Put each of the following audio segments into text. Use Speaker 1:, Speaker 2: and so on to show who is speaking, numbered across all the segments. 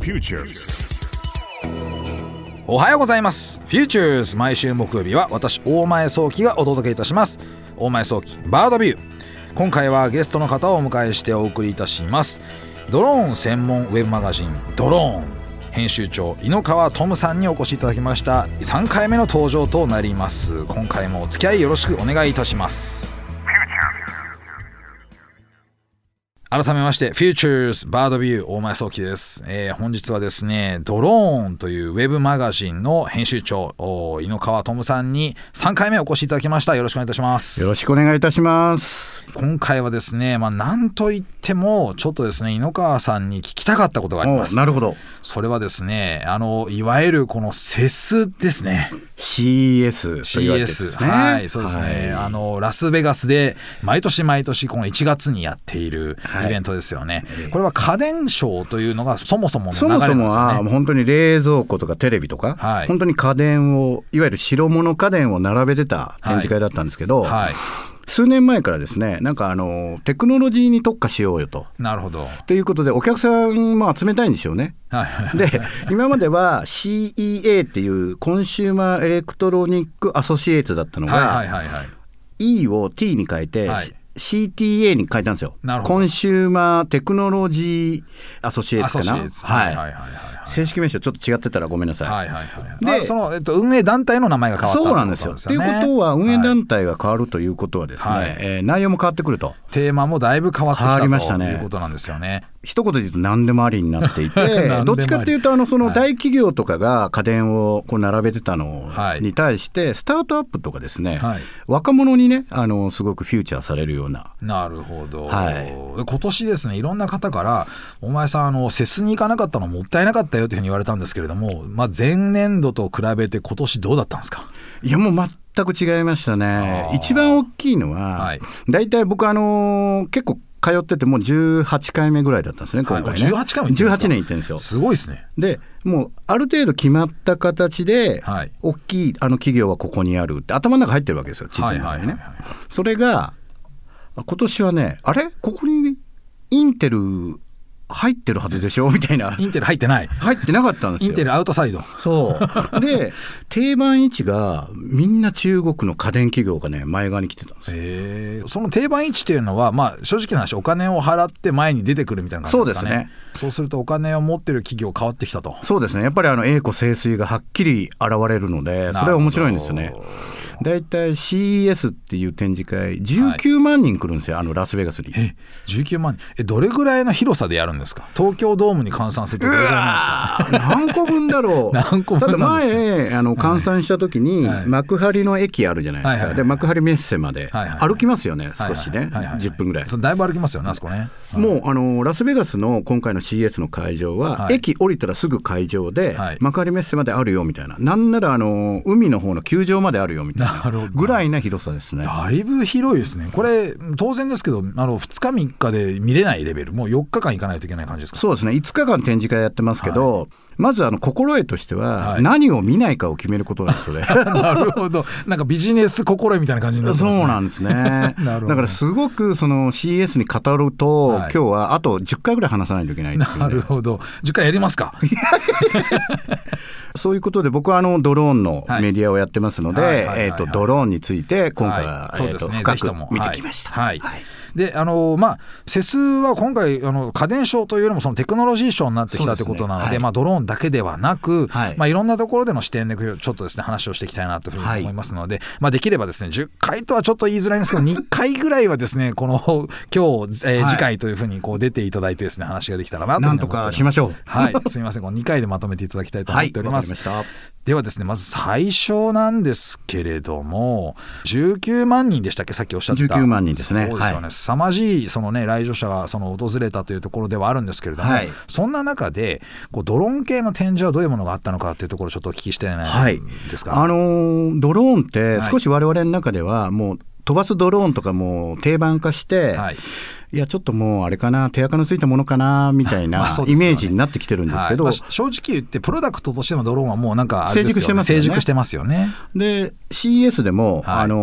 Speaker 1: Futures.
Speaker 2: おはようございますフューチュース毎週木曜日は私大前早期がお届けいたします大前早期バードビュー今回はゲストの方をお迎えしてお送りいたしますドローン専門ウェブマガジンドローン編集長井ノ川トムさんにお越しいただきました3回目の登場となります今回もお付き合いよろしくお願いいたします改めまして、フューチュースバードビュー大前早期です、えー本日はですね、ドローンというウェブマガジンの編集長、おー井ノ川トムさんに3回目お越しいただきました。よろしくお願いいたします。
Speaker 3: よろしくお願いいたします。
Speaker 2: 今回はですね、まあ、なんといっても、ちょっとですね、井ノ川さんに聞きたかったことがあり
Speaker 3: お
Speaker 2: ます。
Speaker 3: なるほど。
Speaker 2: それはですね、あの、いわゆるこのセスですね。
Speaker 3: CS と言われてるんです
Speaker 2: CS。
Speaker 3: ね。
Speaker 2: はい、そうですね。
Speaker 3: はい
Speaker 2: あの、ラスベガスで、毎年毎年、この1月にやっている
Speaker 3: はい
Speaker 2: イベントですよね。これは家電賞というのが、そもそもの流
Speaker 3: そ
Speaker 2: れな
Speaker 3: も
Speaker 2: んです
Speaker 3: そ
Speaker 2: よね。
Speaker 3: もはもう本当に冷蔵庫とかテレビとか、
Speaker 2: はい
Speaker 3: 本当に家電をいわゆる白物家電を並べてた展示会だったんですけど、
Speaker 2: はい。
Speaker 3: 数年前からですねなんかあのテクノロジーに特化しようよと。
Speaker 2: なるほ ど。
Speaker 3: ということでお客さんまあ冷たいんですよね。
Speaker 2: はい。
Speaker 3: で今までは CEA っていうコンシューマーエレクトロニックアソシエイツだったのが、
Speaker 2: はいはいはいはい。
Speaker 3: E を T に変えて、
Speaker 2: はい
Speaker 3: CTA に変えたんですよ。
Speaker 2: なるほど
Speaker 3: コンシューマーテクノロジーアソシエイツかな。
Speaker 2: エイツ
Speaker 3: は、
Speaker 2: はいいはいはいはい。
Speaker 3: 正式名称ちょっと違ってたらごめんなさい。
Speaker 2: はいはいはい。
Speaker 3: で
Speaker 2: で、その、えっと、運営団体の名前が変わった
Speaker 3: そうなんですよ。
Speaker 2: っ
Speaker 3: と
Speaker 2: て
Speaker 3: いう
Speaker 2: こ
Speaker 3: こと
Speaker 2: なんですよね
Speaker 3: とは運営
Speaker 2: はい
Speaker 3: 団体が変わるということはですね、
Speaker 2: はい
Speaker 3: えー内容も変わってくると。
Speaker 2: テーマもだいぶ変わってき
Speaker 3: 変
Speaker 2: た
Speaker 3: わりました
Speaker 2: と
Speaker 3: ね
Speaker 2: いうことなんですよね。
Speaker 3: 一言で言うと何でもありになってい
Speaker 2: 何で
Speaker 3: て
Speaker 2: もあり
Speaker 3: どっちかっていうとあのそ
Speaker 2: は
Speaker 3: の
Speaker 2: い
Speaker 3: 大企業とかが家電をこう並べてたの
Speaker 2: はい
Speaker 3: に対してスタートアップとかですね、
Speaker 2: はい
Speaker 3: 若者にねあのすごくフューチャーされるような
Speaker 2: なるほど、
Speaker 3: はい
Speaker 2: で今年ですねいろんな方から「お前さんあのセスに行かなかったのもったいなかったよ」というふうに言われたんですけれども、まあ、前年度と比べて今年どうだったんですか
Speaker 3: いやもう全く違いましたね
Speaker 2: あー
Speaker 3: 一番大きいのは
Speaker 2: はい
Speaker 3: 大体、僕あのー結構通っててもう18回目ぐらいだったんですね今回ね、
Speaker 2: はい18回も行ってるんですか
Speaker 3: 18年行ってるんですよ
Speaker 2: すごいですね
Speaker 3: でもうある程度決まった形で、
Speaker 2: はい
Speaker 3: 大きいあの企業はここにあるって頭の中入ってるわけですよ地図の中にね、
Speaker 2: はいはいはいはい
Speaker 3: それがあ今年はねあれここにインテル入ってるはずでしょみたいな
Speaker 2: インテル入ってない
Speaker 3: 入ってなかったんです
Speaker 2: イ
Speaker 3: よ
Speaker 2: ンテルアウトサイド
Speaker 3: そう。で、定番位置が、みんな中国の家電企業がね、前側に来てたんですよ。
Speaker 2: へえその定番位置っていうのは、まあ、正直な話お金を払って前に出てくるみたいな感じですかね
Speaker 3: そうですね
Speaker 2: そうするとお金を持ってる企業変わってきたと
Speaker 3: そうですね。やっぱりあの、栄枯盛衰がはっきり現れるので、それは面白いんですよ
Speaker 2: な
Speaker 3: ね
Speaker 2: るほ。
Speaker 3: だいたい CES っていう展示会、19万人来るんですよ、あの、ラスベガスに。
Speaker 2: え19万人えどれぐらいの広さでやるんですか東京ドームに換算するとどれぐらいなんですか
Speaker 3: 何個分だろ う。
Speaker 2: 何個分
Speaker 3: だって
Speaker 2: なん
Speaker 3: 前、あの、換算した時に
Speaker 2: はい、
Speaker 3: 幕張の駅あるじゃないです
Speaker 2: はいはいは
Speaker 3: か。
Speaker 2: い
Speaker 3: で、幕張メッセまで
Speaker 2: はいはいはい
Speaker 3: 歩きますよね、少しね。
Speaker 2: はいはいはいはい
Speaker 3: 10分ぐらい。
Speaker 2: そうだいぶ歩きますよねあそこね
Speaker 3: もうあのラスベガスの今回の CS の会場は、
Speaker 2: はい
Speaker 3: 駅降りたらすぐ会場で、
Speaker 2: はい
Speaker 3: 幕張メッセまであるよみたいな、なんならあの海の方の球場まであるよみたい
Speaker 2: なるほ
Speaker 3: な
Speaker 2: ど
Speaker 3: ぐらいな広さですね。
Speaker 2: だいぶ広いですねこれ当然ですけどあの2日3日で見れないレベルもう4日間行かないといけない感じですか
Speaker 3: そうですね5日間展示会やってますけど、まずあの心得としては、
Speaker 2: はい
Speaker 3: 何を見ないかを決めることなんです よね。
Speaker 2: なるほどなんかビジネス心得みたいな感じになってます、ね、
Speaker 3: そうなんですね。だ
Speaker 2: ほど
Speaker 3: からすごくその CS に語ると、
Speaker 2: はい
Speaker 3: 今日はあと10回ぐらい話さないといけないっていうね
Speaker 2: なるほど10回やりますか
Speaker 3: そういうことで僕はあのドローンの
Speaker 2: はい
Speaker 3: メディアをやってますので、
Speaker 2: はいはいはいはい
Speaker 3: えっ、とドローンについて今回
Speaker 2: はい
Speaker 3: は、え
Speaker 2: そう
Speaker 3: ー
Speaker 2: です
Speaker 3: と
Speaker 2: ね
Speaker 3: 深
Speaker 2: ぜひとも
Speaker 3: く見てきました。
Speaker 2: はい、であのまあセスは今回あの家電賞というよりもそのテクノロジー賞になってき
Speaker 3: そ
Speaker 2: た
Speaker 3: う
Speaker 2: と
Speaker 3: で
Speaker 2: いう
Speaker 3: すね
Speaker 2: ことなので
Speaker 3: はい
Speaker 2: まあドローンだけではなく、
Speaker 3: はい
Speaker 2: まあいろんなところでの視点でちょっとですね話をしていきたいなというふうに
Speaker 3: はい
Speaker 2: 思いますので、まあできればですね10回とはちょっと言いづらいんですけど2回ぐらいはですねこの今日、えー
Speaker 3: はい
Speaker 2: 次回というふうにこう出ていただいてですね話ができたらなというふう
Speaker 3: なん
Speaker 2: に思っ
Speaker 3: と
Speaker 2: ており
Speaker 3: か
Speaker 2: ます
Speaker 3: しましょう。
Speaker 2: はい、すみません、この2回でまとめていただきたいと思っております。
Speaker 3: はいわかりま
Speaker 2: ではですね、まず最初なんですけれども、19万人でしたっけ、さっきおっしゃった。
Speaker 3: 19万人ですね
Speaker 2: そうですよね。
Speaker 3: は
Speaker 2: 凄まじい、そのね、来場者がその訪れたというところではあるんですけれども、
Speaker 3: はい
Speaker 2: そんな中で、こうドローン系の展示はどういうものがあったのかっていうところをちょっとお聞きしてな
Speaker 3: はい
Speaker 2: いですか。
Speaker 3: あのードローンって
Speaker 2: はい
Speaker 3: 少し我々の中ではもう飛ばすドローンとかもう定番化して、
Speaker 2: はい
Speaker 3: いやちょっともうあれかな手垢のついたものかなみたい
Speaker 2: ま
Speaker 3: な
Speaker 2: あそうです
Speaker 3: イ
Speaker 2: よね
Speaker 3: メージになってきてるんですけど、
Speaker 2: はいまあ正直言ってプロダクトとしてのドローンはもうなんかあれですよ
Speaker 3: 成熟してますよ
Speaker 2: 成
Speaker 3: ね
Speaker 2: 熟してますよね
Speaker 3: で CES でも、
Speaker 2: はい
Speaker 3: あの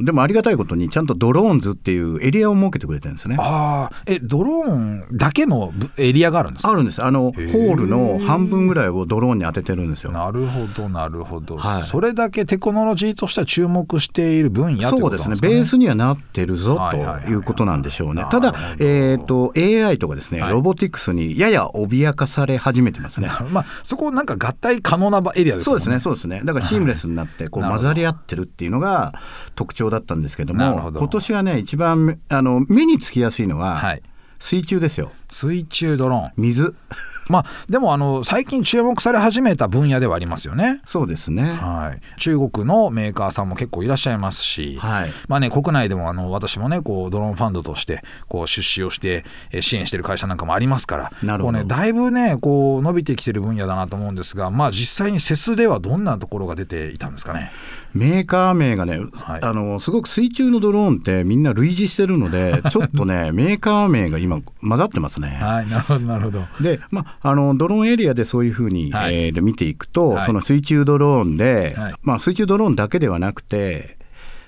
Speaker 3: ーでもありがたいことにちゃんとドローンズっていうエリアを設けてくれてるんですね。
Speaker 2: ああえドローンだけのぶエリアがあるんですか
Speaker 3: あるんですあのホ
Speaker 2: へー
Speaker 3: ールの半分ぐらいをドローンに当ててるんですよ。
Speaker 2: なるほどなるほど、
Speaker 3: はい
Speaker 2: それだけテクノロジーとしては注目している分野という
Speaker 3: そ
Speaker 2: こ
Speaker 3: う
Speaker 2: と
Speaker 3: で
Speaker 2: な
Speaker 3: す
Speaker 2: ん
Speaker 3: ね
Speaker 2: ですかね
Speaker 3: ベースにはなってるぞ
Speaker 2: はいはいはいはい
Speaker 3: ということなんでしょう
Speaker 2: な
Speaker 3: ね、
Speaker 2: るほ
Speaker 3: た
Speaker 2: ど
Speaker 3: だ、えーと、AI とかですね、
Speaker 2: はい
Speaker 3: ロボティクスにやや脅かされ始めてますね。
Speaker 2: まあそこなんか合体可能なエリアです
Speaker 3: そ
Speaker 2: も
Speaker 3: うんですね、そうですね。 だからシームレスになって、こう
Speaker 2: なるほ
Speaker 3: 混
Speaker 2: ど
Speaker 3: ざり合ってるっていうのが特徴だったんですけど
Speaker 2: なる
Speaker 3: も、
Speaker 2: ほど
Speaker 3: 今年はね、一番あの目につきやすいの
Speaker 2: は
Speaker 3: はい水中ですよ。
Speaker 2: 水中ドローン
Speaker 3: 水。
Speaker 2: まあでもあの最近注目され始めた分野ではありますよね
Speaker 3: そうですね。
Speaker 2: はい、中国のメーカーさんも結構いらっしゃいますし、
Speaker 3: はい
Speaker 2: まあね、国内でもあの私もねこうドローンファンドとしてこう出資をしてえー支援してる会社なんかもありますから
Speaker 3: なるほど
Speaker 2: こうね、だいぶねこう伸びてきてる分野だなと思うんですが、まあ、実際にセスではどんなところが出ていたんですかね。
Speaker 3: メーカー名がね、
Speaker 2: はい
Speaker 3: あのすごく水中のドローンってみんな類似してる ので、ちょっとね、メーカー名が今混ざってますね。
Speaker 2: はい、なるほどなるほど
Speaker 3: で、まあ、あのドローンエリアでそういうふうに、
Speaker 2: はい
Speaker 3: えーで見ていくと、
Speaker 2: はい
Speaker 3: その水中ドローンで、
Speaker 2: はい
Speaker 3: まあ、水中ドローンだけではなくて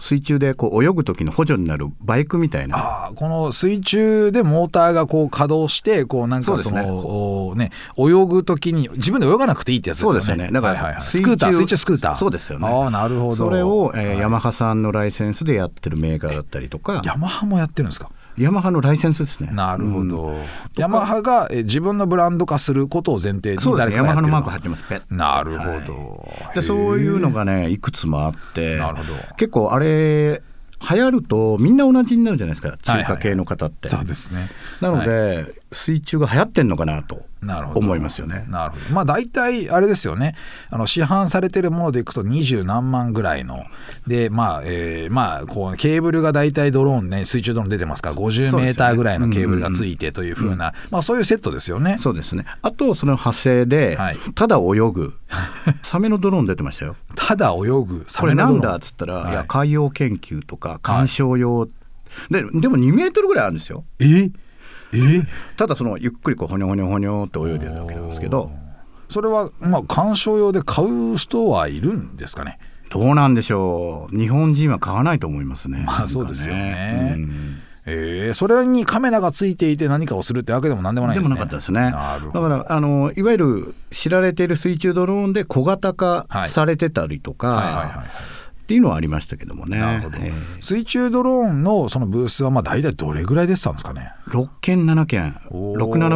Speaker 3: 水中でこう泳ぐ時の補助になるバイクみたいな
Speaker 2: あーこの水中でモーターがこう稼働してこうなんか
Speaker 3: そ
Speaker 2: そう
Speaker 3: ですね
Speaker 2: のおね泳ぐときに自分で泳がなくていいってやつですよ
Speaker 3: そう
Speaker 2: ね。
Speaker 3: ですよねだから
Speaker 2: はいはいはい
Speaker 3: 水
Speaker 2: ス
Speaker 3: 中
Speaker 2: クーター水中スクーター
Speaker 3: そうですよね
Speaker 2: ああなるほど
Speaker 3: それを、えー
Speaker 2: はい
Speaker 3: ヤマハさんのライセンスでやってるメーカーだったりとか
Speaker 2: ヤマハもやってるんですか
Speaker 3: ヤマハのライセンスですね
Speaker 2: なるほど、
Speaker 3: か
Speaker 2: ヤマハがえ自分のブランド化することを前提に
Speaker 3: そうで
Speaker 2: 誰
Speaker 3: すね
Speaker 2: か
Speaker 3: ヤ
Speaker 2: がやってる
Speaker 3: マハのマ
Speaker 2: の
Speaker 3: ーク貼ってますペッ
Speaker 2: なるほど、
Speaker 3: でそういうのがねいくつもあって
Speaker 2: なるほど
Speaker 3: 結構あれ流行るとみんな同じになるじゃないですか中華系の方って、
Speaker 2: そうですね
Speaker 3: なので、
Speaker 2: はい
Speaker 3: 水中が流行ってんのかなと
Speaker 2: なるほど
Speaker 3: 思いますよね。
Speaker 2: なるほどまあ大体あれですよねあの市販されてるものでいくと二十何万ぐらいのでまあ、えーまあこうケーブルが大体ドローンね水中ドローン出てますから50
Speaker 3: そう
Speaker 2: メ
Speaker 3: で
Speaker 2: ー
Speaker 3: す
Speaker 2: タ
Speaker 3: よ
Speaker 2: ー
Speaker 3: ね
Speaker 2: ぐらいのケーブルがついてというふうな、まあそういうセットですよね
Speaker 3: そうですね。あとその派生で、
Speaker 2: はい
Speaker 3: ただ泳 ぐサメのドローン出てましたよ。
Speaker 2: ただ泳ぐサ
Speaker 3: こ
Speaker 2: メ
Speaker 3: れ
Speaker 2: のドロ
Speaker 3: な
Speaker 2: ーン
Speaker 3: んだっつったら、
Speaker 2: はい
Speaker 3: い、や海洋研究とか観賞用、ででも2メートルぐらいあるんですよ。
Speaker 2: ええ
Speaker 3: ただそのゆっくりこうほにょほにょほにょって泳いでるわけなんですけど。
Speaker 2: それはまあ鑑賞用で買う人はいるんですかね
Speaker 3: どうなんでしょう日本人は買わないと思いますね。
Speaker 2: まあそうですよ
Speaker 3: なん
Speaker 2: ね
Speaker 3: かうん
Speaker 2: ええそれにカメラがついていて何かをするってわけでも何でもない
Speaker 3: で
Speaker 2: です
Speaker 3: も
Speaker 2: ね
Speaker 3: なかったですね。
Speaker 2: な
Speaker 3: だ
Speaker 2: るほど
Speaker 3: からあのいわゆる知られている水中ドローンで小型化
Speaker 2: はい
Speaker 3: されてたりとか、
Speaker 2: はいはいはい
Speaker 3: っていうのはありましたけどもね。
Speaker 2: なるほど
Speaker 3: えー
Speaker 2: 水中ドローンのそのブースはまあ大体どれぐらい出てたんですかね
Speaker 3: 6件7件67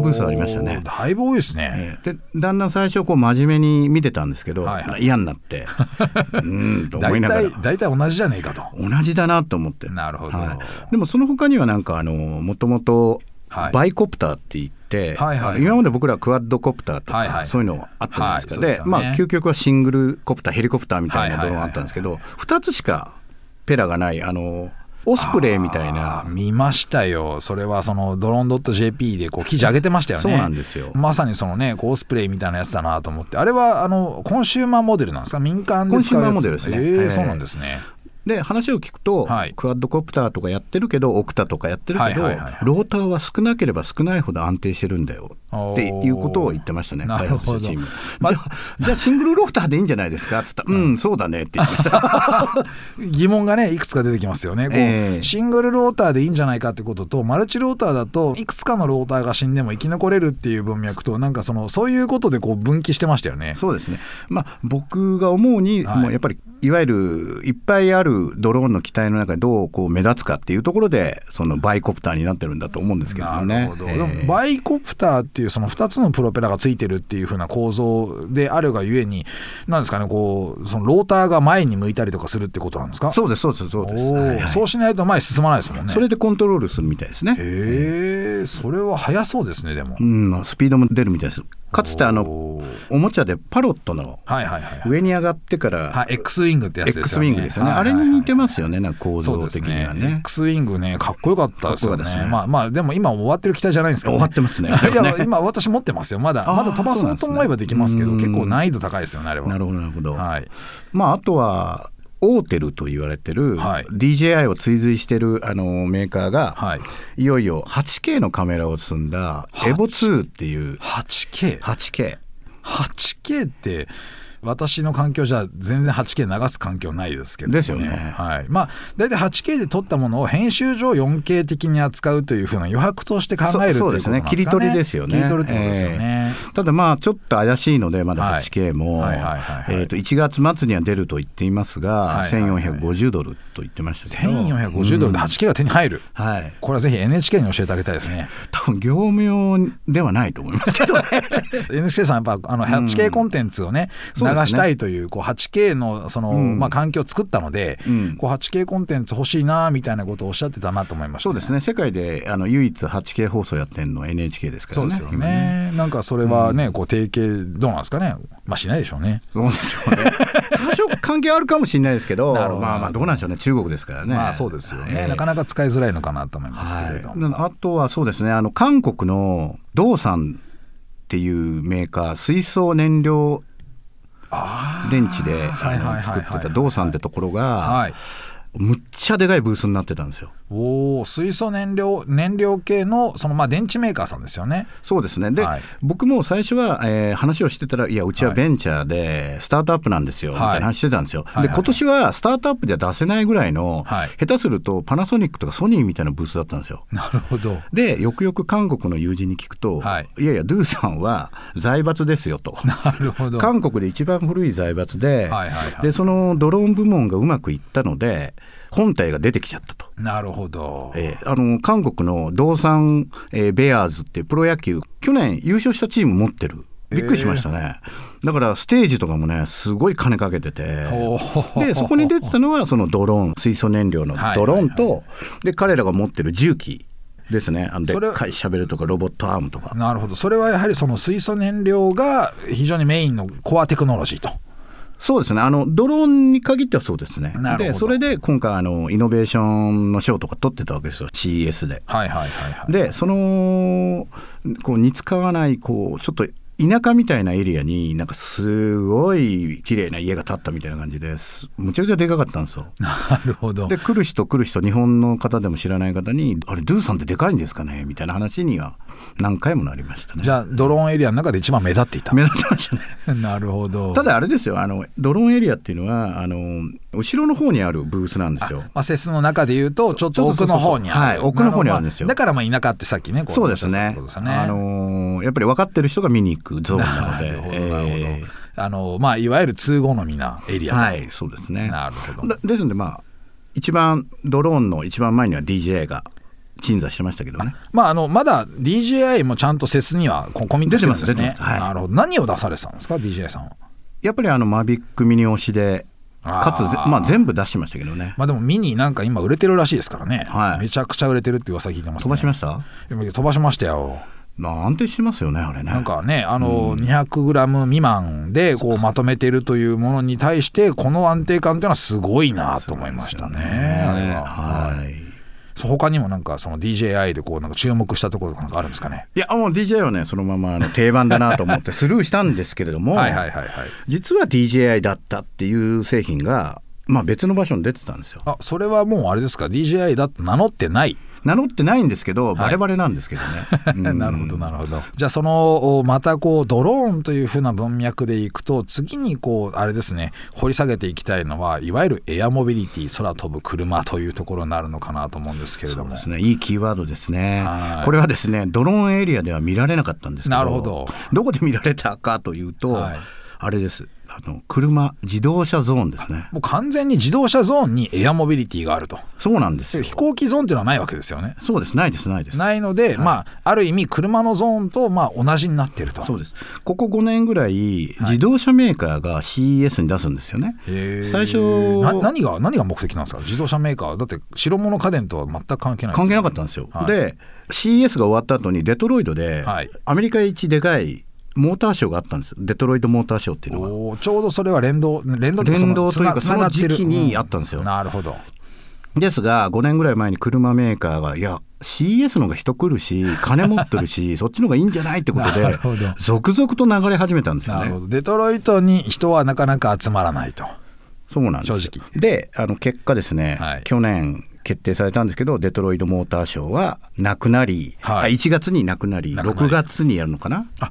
Speaker 3: ブースありましたね
Speaker 2: おー。だいぶ多いですね、
Speaker 3: えーでだんだん最初こう真面目に見てたんですけど、
Speaker 2: はいはい
Speaker 3: 嫌になって うんと思
Speaker 2: 大
Speaker 3: いなが
Speaker 2: 体
Speaker 3: ら
Speaker 2: 大体同じじゃねえかと
Speaker 3: 同じだなと思って
Speaker 2: なるほど
Speaker 3: はいでもその他にはなんかあのもともと
Speaker 2: はい
Speaker 3: バイコプターって言って、
Speaker 2: はいはい
Speaker 3: あの今まで僕らクワッドコプターとか、
Speaker 2: はいはい
Speaker 3: そういうのあったじゃないですか、
Speaker 2: はいそうです
Speaker 3: で
Speaker 2: よね
Speaker 3: まあ究極はシングルコプターヘリコプターみたいな
Speaker 2: はいはい
Speaker 3: ドローン
Speaker 2: はい
Speaker 3: あったんですけど、2つしかペラがないあのオスプレイみたい
Speaker 2: あ
Speaker 3: な
Speaker 2: ー見ましたよそれはそのドローン .jp でこう記事上げてましたよね
Speaker 3: そうなんですよ
Speaker 2: まさにそのねこうオスプレイみたいなやつだなと思ってあれはあのコンシューマーモデルなんですか民間で使うやつ
Speaker 3: コンシューマーモデルですね
Speaker 2: え
Speaker 3: は
Speaker 2: ー
Speaker 3: い
Speaker 2: そうなんですね
Speaker 3: で話を聞くと、
Speaker 2: はい
Speaker 3: クワッドコプターとかやってるけどオクタとかやってるけど、
Speaker 2: はいはいはいはい
Speaker 3: ローターは少なければ少ないほど安定してるんだよ
Speaker 2: おー
Speaker 3: っていうことを言ってましたね
Speaker 2: なる
Speaker 3: 開発
Speaker 2: ほど
Speaker 3: 者チーム、
Speaker 2: まあ
Speaker 3: じゃあじゃあシングルローターでいいんじゃないですかっつったら「うんそうだね」って言いました
Speaker 2: 疑問がねいくつか出てきますよねこう、
Speaker 3: ええ
Speaker 2: シングルローターでいいんじゃないかってこととマルチローターだといくつかのローターが死んでも生き残れるっていう文脈となんかそのそういうことでこう分岐してましたよね。
Speaker 3: そうですねまあ僕が思うに、
Speaker 2: はい
Speaker 3: もうやっぱりいわゆるいっぱいあるドローンの機体の中でどうこう目立つかっていうところでそのバイコプターになってるんだと思うんですけどもね。
Speaker 2: なるほど、
Speaker 3: え
Speaker 2: で
Speaker 3: ー
Speaker 2: もバイコプターっていうその2つのプロペラがついてるっていう風な構造であるがゆえになんですかねこうそのローターが前に向いたりとかするってことなんですか
Speaker 3: そうですそうですそうです、
Speaker 2: おー
Speaker 3: はいはい
Speaker 2: そうしないと前に進まないですもんね。
Speaker 3: それでコントロールするみたいですね。
Speaker 2: へえそれは速そうですねでも
Speaker 3: う。ん、まあスピードも出るみたいです。かつてあの
Speaker 2: おー
Speaker 3: おもちゃでパロットの
Speaker 2: はいはいはいはい。
Speaker 3: 上に上がってから
Speaker 2: はい、X ウィングってやつです
Speaker 3: X
Speaker 2: よ
Speaker 3: ウ
Speaker 2: ね。
Speaker 3: ィングですよね。
Speaker 2: はい
Speaker 3: あ
Speaker 2: はい
Speaker 3: れ
Speaker 2: はい
Speaker 3: に似てますよね。なんか構
Speaker 2: そう
Speaker 3: 造
Speaker 2: です
Speaker 3: 的
Speaker 2: ね
Speaker 3: にはね。
Speaker 2: X ウィングね、かっこよかったですよね。
Speaker 3: かっこよかったですね
Speaker 2: まあまあ、でも今終わってる機体じゃないんですけど、
Speaker 3: 終わってますね
Speaker 2: いや、今私持ってますよ。まだ、
Speaker 3: あー
Speaker 2: まだ飛ば
Speaker 3: そう
Speaker 2: そ
Speaker 3: なん
Speaker 2: う
Speaker 3: です
Speaker 2: と
Speaker 3: ね
Speaker 2: 思えばできますけど、
Speaker 3: うん
Speaker 2: 結構難易度高いですよね、あれは。
Speaker 3: なるほどなるほど。
Speaker 2: はい。
Speaker 3: まああとは。オーテルと言われてる、
Speaker 2: はい
Speaker 3: DJI を追随してるあのメーカーが、
Speaker 2: はい
Speaker 3: い、よいよ 8K のカメラを積んだ EVO2 っていう
Speaker 2: 8K
Speaker 3: 8K
Speaker 2: 8K って私の環境じゃ全然 8K 流す環境ないですけど
Speaker 3: ですよね
Speaker 2: はい、まあ大体 8K で撮ったものを編集上 4K 的に扱うというふうな余白として考える
Speaker 3: そ
Speaker 2: と
Speaker 3: う
Speaker 2: いうことなんですかね
Speaker 3: そうですね切り取りですよね
Speaker 2: 切り取りってことですよね、
Speaker 3: ただまあちょっと怪しいのでま
Speaker 2: は
Speaker 3: だ
Speaker 2: い
Speaker 3: 8K も
Speaker 2: はいはいはいはい
Speaker 3: えーと1月末には出ると言っていますが
Speaker 2: はいはいはい
Speaker 3: 1450ドルと言ってましたけど
Speaker 2: 1450ドルで 8K が手に入る、
Speaker 3: はい
Speaker 2: これはぜひ NHK に教えてあげたいです ね
Speaker 3: 多分業務用ではないと思います けどね
Speaker 2: NHK さんやっぱあの 8K コンテンツをね、
Speaker 3: そうですね
Speaker 2: 流したいというこう 8K のその、まあ、環境を作ったので、
Speaker 3: うん
Speaker 2: こう 8K コンテンツ欲しいなみたいなことをおっしゃってたなと思いました、
Speaker 3: そうですね世界であの唯一 8K 放送やってるのは NHK ですから
Speaker 2: そう
Speaker 3: ね
Speaker 2: ですよ
Speaker 3: 今ね
Speaker 2: ね。なんかそれはね、こう提携どうなんですかね。まあしないでしょうね。
Speaker 3: そうです よね多少関係あるかもしれないですけど
Speaker 2: なるほど
Speaker 3: まあまあどうなんでしょうね中国ですからね
Speaker 2: まあそうですよね、
Speaker 3: ええ
Speaker 2: なかなか使いづらいのかなと思いますけ
Speaker 3: は
Speaker 2: れ
Speaker 3: い
Speaker 2: ども。
Speaker 3: なあとはそうですねあの韓国のドーさんっていうメーカー水素燃料
Speaker 2: あ
Speaker 3: 電池
Speaker 2: は
Speaker 3: で
Speaker 2: いはいはいはい
Speaker 3: あの作ってたドーさんってところ
Speaker 2: あ
Speaker 3: が、
Speaker 2: はい。
Speaker 3: むっちゃでかいブースになってたんですよ。
Speaker 2: おお、水素燃料燃料系のそのまあ電池メーカーさんですよね。
Speaker 3: そうですねで、
Speaker 2: はい
Speaker 3: 僕も最初は、えー話をしてたらいやうちはベンチャーでスタートアップなんですよ、
Speaker 2: はい
Speaker 3: みたいな話してたんですよ。
Speaker 2: はいはい
Speaker 3: で
Speaker 2: はい
Speaker 3: 今年はスタートアップじゃ出せないぐらいの、
Speaker 2: はい
Speaker 3: 下手するとパナソニックとかソニーみたいなブースだったんですよ。
Speaker 2: なるほど。
Speaker 3: でよくよく韓国の友人に聞くと、
Speaker 2: はい
Speaker 3: いやいやドゥさんは財閥ですよと。
Speaker 2: なるほど。
Speaker 3: 韓国で一番古い財閥で,、
Speaker 2: はいはいはい
Speaker 3: でそのドローン部門がうまくいったので本体が出てきちゃったと。
Speaker 2: なるほど。
Speaker 3: えーあの韓国の道産、えーベアーズっていうプロ野球去年優勝したチーム持ってるびっくりしましたね、だからステージとかもねすごい金かけてて
Speaker 2: ほう
Speaker 3: でそこに出てたのはそのドローン水素燃料のドローンと、で彼らが持ってる重機ですねあのでっ
Speaker 2: それ
Speaker 3: かいシャベルとかロボットアームと か
Speaker 2: なるほど。それはやはりその水素燃料が非常にメインのコアテクノロジーと。
Speaker 3: そうですねあのドローンに限ってはそうですね
Speaker 2: なるほど
Speaker 3: でそれで今回あのイノベーションの賞とか取ってたわけですよ CES で。
Speaker 2: はいはいはいはい。
Speaker 3: でそのこう似つかわないこうちょっと田舎みたいなエリアになんかすごい綺麗な家が建ったみたいな感じですむちゃくちゃでかかったんですよ。
Speaker 2: なるほど。
Speaker 3: で来る人来る人日本の方でも知らない方に「あれドゥさんってでかいんですかね?」みたいな話には何回もなりましたね
Speaker 2: じ。ゃあドローンエリアの中で一番目立っていた。
Speaker 3: 目立ってました ね
Speaker 2: なるほど。
Speaker 3: ただあれですよあのドローンエリアっていうのはあの後ろの方にあるブースなんですよ。
Speaker 2: まあ、セスの中で言うと、ちょっと
Speaker 3: そう
Speaker 2: 奥
Speaker 3: そうそう
Speaker 2: の方にある。
Speaker 3: はい奥の方にあるんですよ
Speaker 2: だからまあ田舎ってさっきね、こ
Speaker 3: そうです
Speaker 2: おっしゃっ
Speaker 3: ね
Speaker 2: てたことですよね
Speaker 3: あのやっぱり分かってる人が見に行くゾーンなので。
Speaker 2: なるほど、
Speaker 3: え
Speaker 2: なるほど。
Speaker 3: ー
Speaker 2: あの、まあ、いわゆる通好みなエリアと。
Speaker 3: はい、そうですね。
Speaker 2: なるほど
Speaker 3: だですので、まあ、一番ドローンの一番前には DJI が鎮座してましたけどね。
Speaker 2: まあ、あのまだ DJI もちゃんとセスにはこうコミットしてるんです
Speaker 3: 出て
Speaker 2: ね
Speaker 3: ま。す出てますはい
Speaker 2: なるほど何を出されてたんですか DJI さんは。
Speaker 3: やっぱりあのマビックミニ推しで、
Speaker 2: あー
Speaker 3: かつぜ、まあ、全部出してましたけどね。
Speaker 2: まあでもミニなんか今売れてるらしいですからね、
Speaker 3: はい
Speaker 2: めちゃくちゃ売れてるって噂聞いてます、ね、
Speaker 3: 飛ばしました
Speaker 2: いや飛ばしましたよ。
Speaker 3: まあ安定してますよね、あれね。
Speaker 2: なんかね、あの、200g 未満でこうまとめてるというものに対して、この安定感というのはすごいなと思いましたね。あれは
Speaker 3: はい。
Speaker 2: そう他にもなんかその DJI でこうなんか注目したところとかなんかあるんですかね。
Speaker 3: いや、もう DJI はね、そのままあの定番だなと 思ってスルーしたんですけれども、
Speaker 2: はいはいはいはい。
Speaker 3: 実は DJI だったっていう製品が、まあ、別の場所に出てたんですよ。
Speaker 2: あそれはもうあれですか DJI だって名乗ってない。
Speaker 3: 名乗ってないんですけど、バレバレなんで すけどね。うん
Speaker 2: なるほどなるほど。じゃあそのおまたこうドローンというふうな文脈でいくと次にこうあれですね掘り下げていきたいのはいわゆるエアモビリティ空飛ぶ車というところになるのかなと思うんですけれど
Speaker 3: そう
Speaker 2: も
Speaker 3: で。すね、いいキーワードですね
Speaker 2: はい。
Speaker 3: これはですね、ドローンエリアでは見られなかったんですけど、
Speaker 2: なるほど
Speaker 3: どこで見られたかというと、
Speaker 2: はい
Speaker 3: あれです、あの車、自動車ゾーンですね。
Speaker 2: もう完全に自動車ゾーンにエアモビリティがあると。
Speaker 3: そうなんですよ。
Speaker 2: 飛行機ゾーンっていうのはないわけですよね。
Speaker 3: そうです、ないです、ないです。
Speaker 2: ないので、まあ、ある意味車のゾーンとまあ同じになってると。
Speaker 3: そうですここ5年ぐらい自動車メーカーが CES に出すんですよね、
Speaker 2: へー
Speaker 3: 最初
Speaker 2: な何が何が目的なんですか自動車メーカーだって白物家電とは全く関係ないですよ
Speaker 3: 関係なかったんですよ、
Speaker 2: はい
Speaker 3: で CES が終わった後にデトロイドで、
Speaker 2: はい
Speaker 3: アメリカ一でかいモーターショーがあったんですデトロイドモーターショーっていうのが
Speaker 2: おーちょうどそれは連動連動
Speaker 3: 連動というか
Speaker 2: つながってる
Speaker 3: その時期にあったんですよ
Speaker 2: うなるほど
Speaker 3: ですが5年ぐらい前に車メーカーがいや CES の方が人来るし金持って るしそっちの方がいいんじゃないってこと
Speaker 2: な
Speaker 3: で
Speaker 2: るほど
Speaker 3: 続々と流れ始めたんですよ
Speaker 2: なる
Speaker 3: ね
Speaker 2: ほどデトロイトに人はなかなか集まらないと
Speaker 3: そうなんです
Speaker 2: 正直
Speaker 3: であの結果ですね、
Speaker 2: はい
Speaker 3: 去年決定されたんですけどデトロイトモーターショーはなくなり、
Speaker 2: はい
Speaker 3: あ1月になくなり
Speaker 2: なくなり
Speaker 3: 6月にやるのかな
Speaker 2: あ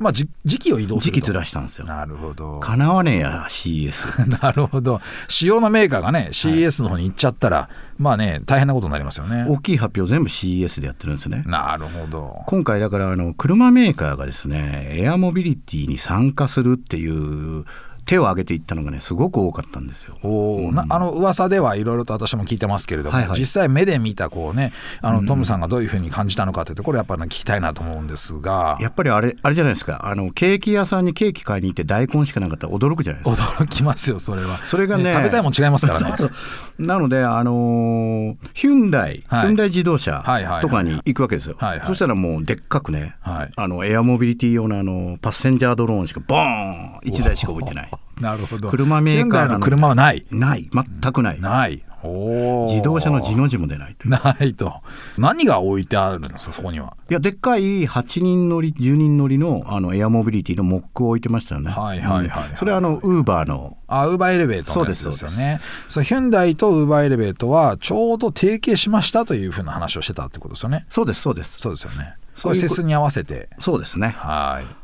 Speaker 2: まあじ時期を移動する
Speaker 3: 時
Speaker 2: と
Speaker 3: 期ずらしたんですよ
Speaker 2: なるほど
Speaker 3: かなわねえや CS
Speaker 2: なるほど主要なメーカーがね CS の方に行っちゃったら、まあね大変なことになりますよね
Speaker 3: 大きい発表全部 CES でやってるんですね
Speaker 2: なるほど
Speaker 3: 今回だからあの車メーカーがですねエアモビリティに参加するっていう手を挙げていったのがねすごく多かったんですよ
Speaker 2: おーなあの噂ではいろいろと私も聞いてますけれども、
Speaker 3: はいはい
Speaker 2: 実際目で見たこうねあのトムさんがどういうふうに感じたのかというところやっぱり聞きたいなと思うんですが
Speaker 3: やっぱりあれあれじゃないですかあのケーキ屋さんにケーキ買いに行って大根しかなかったら驚くじゃないですか
Speaker 2: 驚きますよそれは
Speaker 3: それがね
Speaker 2: 食べたいもん違いますからね
Speaker 3: そうそう なので、あのーヒュンダイ、
Speaker 2: はい
Speaker 3: ヒュンダイ自動車
Speaker 2: はいはい
Speaker 3: とかに行くわけですよ、
Speaker 2: はいはい
Speaker 3: そしたらもうでっかくね、
Speaker 2: はい
Speaker 3: あのエアモビリティ用のあのパッセンジャードローンしかボーン1台しか置いてない
Speaker 2: なるほど
Speaker 3: 車メーカーな
Speaker 2: 現
Speaker 3: の
Speaker 2: 代の車はない
Speaker 3: ない全くない
Speaker 2: ないおー
Speaker 3: 自動車の字の字も出ないという
Speaker 2: ないと何が置いてあるんですかそこにはい
Speaker 3: やでっかい8人乗り10人乗りのあのエアモビリティのモックを置いてましたよね
Speaker 2: はいはいはいはい
Speaker 3: うんそれはあのウーバーの
Speaker 2: あウーバーエレベートのやつですよねそうヒュンダイとウーバーエレベートはちょうど提携しましたというふうな話をしてたってことですよね
Speaker 3: そうですそうです
Speaker 2: そうですよね
Speaker 3: そ
Speaker 2: そうう
Speaker 3: いう
Speaker 2: い
Speaker 3: こ
Speaker 2: う節に合わせて
Speaker 3: そうですね
Speaker 2: はい。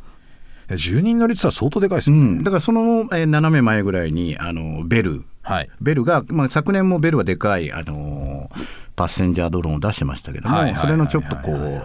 Speaker 2: 10人乗りって言ったら相当でかいです
Speaker 3: う
Speaker 2: ね。
Speaker 3: ん、だからその、えー斜め前ぐらいにあのベル
Speaker 2: はい。
Speaker 3: ベルが、まあ、昨年もベルはでかい、あのーパッセンジャードローンを出してましたけども、
Speaker 2: はいはいはい
Speaker 3: それのちょっとこう、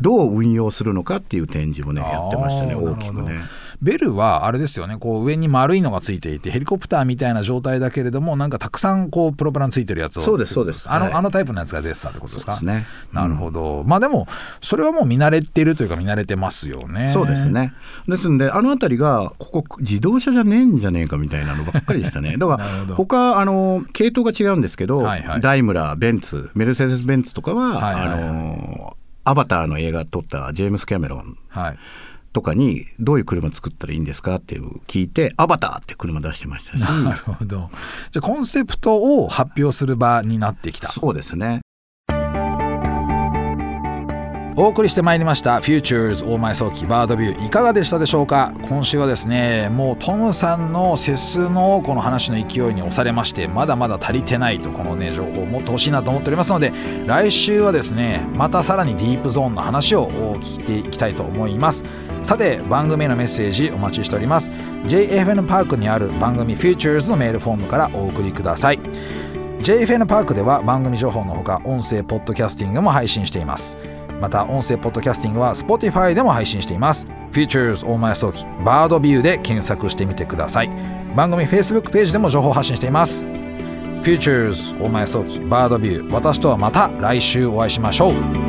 Speaker 3: どう運用するのかっていう展示をねやってましたね
Speaker 2: あー
Speaker 3: 大きく
Speaker 2: なるほ
Speaker 3: ね
Speaker 2: ど。ベルはあれですよねこう上に丸いのがついていてヘリコプターみたいな状態だけれどもなんかたくさんこうプロペラについてるやつを
Speaker 3: そうですそうです
Speaker 2: あの,、
Speaker 3: はい
Speaker 2: あのタイプのやつが出てたってことですか
Speaker 3: そうですね
Speaker 2: なるほど、まあでもそれはもう見慣れてるというか見慣れてますよね
Speaker 3: そうですねですんであの辺りがここ自動車じゃねえんじゃねえかみたいなのばっかりでした ねだか
Speaker 2: なるほ
Speaker 3: ら
Speaker 2: ど
Speaker 3: 他あのー系統が違うんですけど、
Speaker 2: はいはい
Speaker 3: ダイムラーベンツメルセデス・ベンツとかは、
Speaker 2: はいはいはい
Speaker 3: あのーアバターの映画撮ったジェームス・キャメロン
Speaker 2: はい
Speaker 3: とかにどういう車作ったらいいんですかっていう聞いて「アバター」って車出してましたし
Speaker 2: なるほどじゃあコンセプトを発表する場になってきた
Speaker 3: そうですね
Speaker 2: お送りしてまいりました「Futures 大前早期バードビュー」いかがでしたでしょうか今週はですねもうトムさんの節数のこの話の勢いに押されましてまだまだ足りてないとこのね情報をもっと欲しいなと思っておりますので来週はですねまたさらにディープゾーンの話を聞いていきたいと思いますさて番組へのメッセージお待ちしております JFN パークにある番組 Futures のメールフォームからお送りください JFN パークでは番組情報のほか音声ポッドキャスティングも配信していますまた音声ポッドキャスティングは Spotify でも配信しています Futures 大前早期バードビューで検索してみてください番組 Facebook ページでも情報発信しています Futures 大前早期バードビュー私とはまた来週お会いしましょう